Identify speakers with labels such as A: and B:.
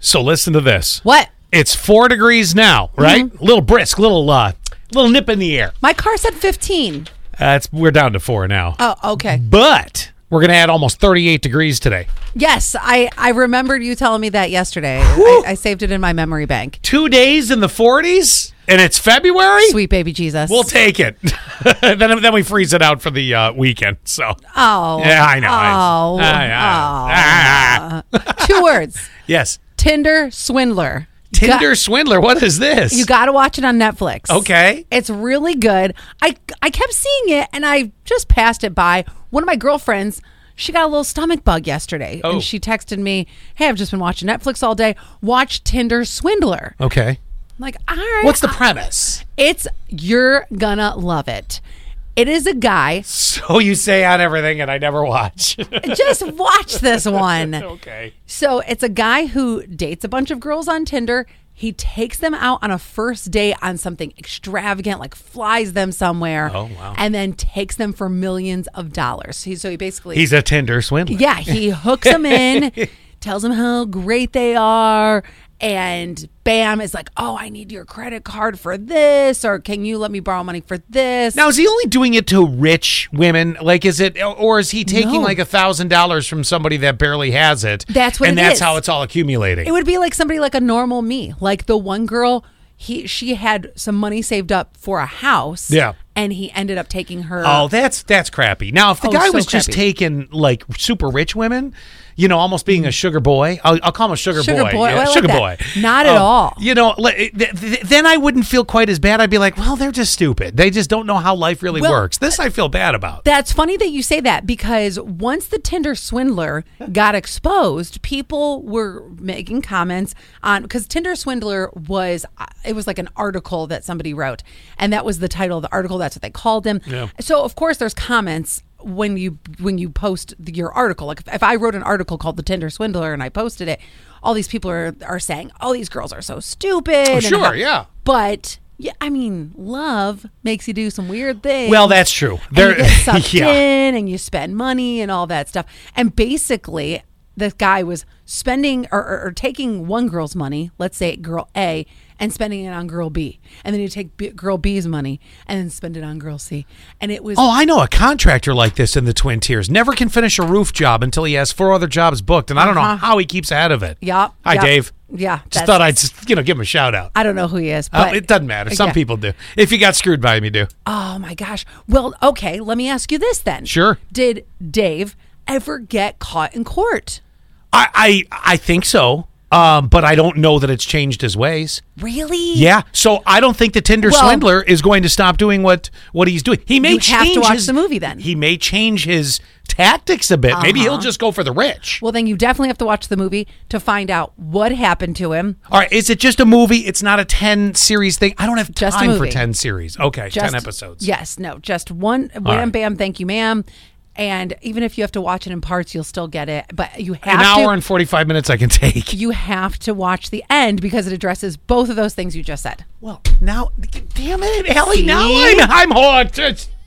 A: So listen to this.
B: What? Mm-hmm.
A: It's four degrees now, right? Little brisk, little uh, little nip in the air.
B: My car said 15.
A: That's we're down to four now.
B: Oh, okay.
A: but we're gonna add almost 38 degrees today.
B: Yes, I, I remembered you telling me that yesterday. I, I saved it in my memory bank.
A: Two days in the 40s, and it's February.
B: Sweet baby Jesus.
A: We'll take it. then then we freeze it out for the uh, weekend. So
B: oh.
A: yeah, I know.
B: Oh.
A: Ah, yeah. Ah.
B: Two words
A: yes,
B: Tinder swindler.
A: Tinder
B: Got-
A: swindler. What is this?
B: you got to watch it on Netflix.
A: okay.
B: It's really good. I I kept seeing it and I just passed it by. One of my girlfriends, she got a little stomach bug yesterday
A: Oh.
B: and she texted me, "Hey, I've just been watching Netflix all day. Watch Tinder Swindler." I'm
A: Okay.
B: like, "All right.
A: What's the premise?
B: It's you're gonna love it." It is a guy.
A: So you say on everything, and I never watch.
B: Just watch this one.
A: okay.
B: So, it's a guy who dates a bunch of girls on Tinder. He takes them out on a first date on something extravagant, like flies them somewhere.
A: Oh, wow.
B: And then takes them for millions of dollars. He, so, he basically.
A: He's a Tinder swindler.
B: Yeah, he hooks them in, tells them how great they are, and bam is like, "Oh, I need your credit card for this, or can you let me borrow money for this?"
A: Now is he only doing it to rich women? Like, is it, or is he taking
B: No.
A: like a thousand dollars from somebody that barely has it?
B: That's what
A: and
B: it
A: that's
B: is.
A: how it's all accumulating.
B: It would be like somebody like a normal me, like the one girl. He she had some money saved up for a house.
A: Yeah.
B: and he ended up taking her.
A: oh, that's that's crappy. Now, if the
B: uh, Oh,
A: guy
B: so
A: was just
B: crappy.
A: taking like super rich women, you know, almost being a sugar boy, I'll, I'll call him a sugar,
B: Sugar boy.
A: yeah,
B: Oh, I like
A: sugar
B: that.
A: boy. Oh,
B: Not at all.
A: You know, le- th- th- then I wouldn't feel quite as bad. I'd be like, well, they're just stupid. They just don't know how life really
B: Well,
A: works. This I feel bad about.
B: That's funny that you say that because once the Tinder swindler got exposed, people were making comments on because Tinder swindler was uh, it was like an article that somebody wrote, and that was the title of the article. That's what they called him.
A: Yeah.
B: So of course, there's comments when you when you post the- your article. Like if, if I wrote an article called "The Tinder Swindler" and I posted it, all these people are are saying, "Oh, these girls are so stupid." and
A: Oh, sure,
B: how-"
A: yeah.
B: But yeah, I mean, love makes you do some weird things
A: Well, that's true.
B: and
A: There-
B: you get sucked
A: yeah.
B: in and you spend money and all that stuff. And basically, the guy was spending or, or, or taking one girl's money, let's say girl A, and spending it on girl B, and then you take B, girl B's money and then spend it on girl C, and it was
A: Oh, I know a contractor like this in the Twin Tiers. Never can finish a roof job until he has four other jobs booked, and I don't know how he keeps ahead of it.
B: Uh-huh. Yup,
A: Hi,
B: yup.
A: Dave.
B: Yeah,
A: Just
B: that's-
A: thought I'd just, you know give him a shout out.
B: I don't know who he is,
A: Uh,
B: but
A: it doesn't matter. Some
B: Yeah.
A: people do. If you got screwed by him, you do.
B: Oh my gosh. Well, okay. Let me ask you this then.
A: Sure.
B: Did Dave ever get caught in court?
A: I I, I think so, um, but I don't know that it's changed his ways.
B: Really?
A: Yeah, so I don't think the Tinder
B: Well-
A: swindler is going to stop doing what what he's doing. He may
B: You have to
A: change
B: watch
A: his,
B: the movie then. Uh-huh.
A: He may change his tactics a bit. Maybe he'll just go for the rich.
B: Well, then you definitely have to watch the movie to find out what happened to him.
A: All right, is it just a movie? It's not a 10 series thing. I don't have
B: Just a
A: time for
B: movie.
A: 10 series. Okay,
B: Just-
A: 10 episodes.
B: Yes, no, just one wham
A: right.
B: bam, thank you, ma'am. And even if you have to watch it in parts, you'll still get it. But you have
A: An hour
B: to
A: and 45 minutes I can take.
B: you have to watch the end because it addresses both of those things you just said.
A: Well, now, damn it, Ellie, now I'm, I'm hooked. It's-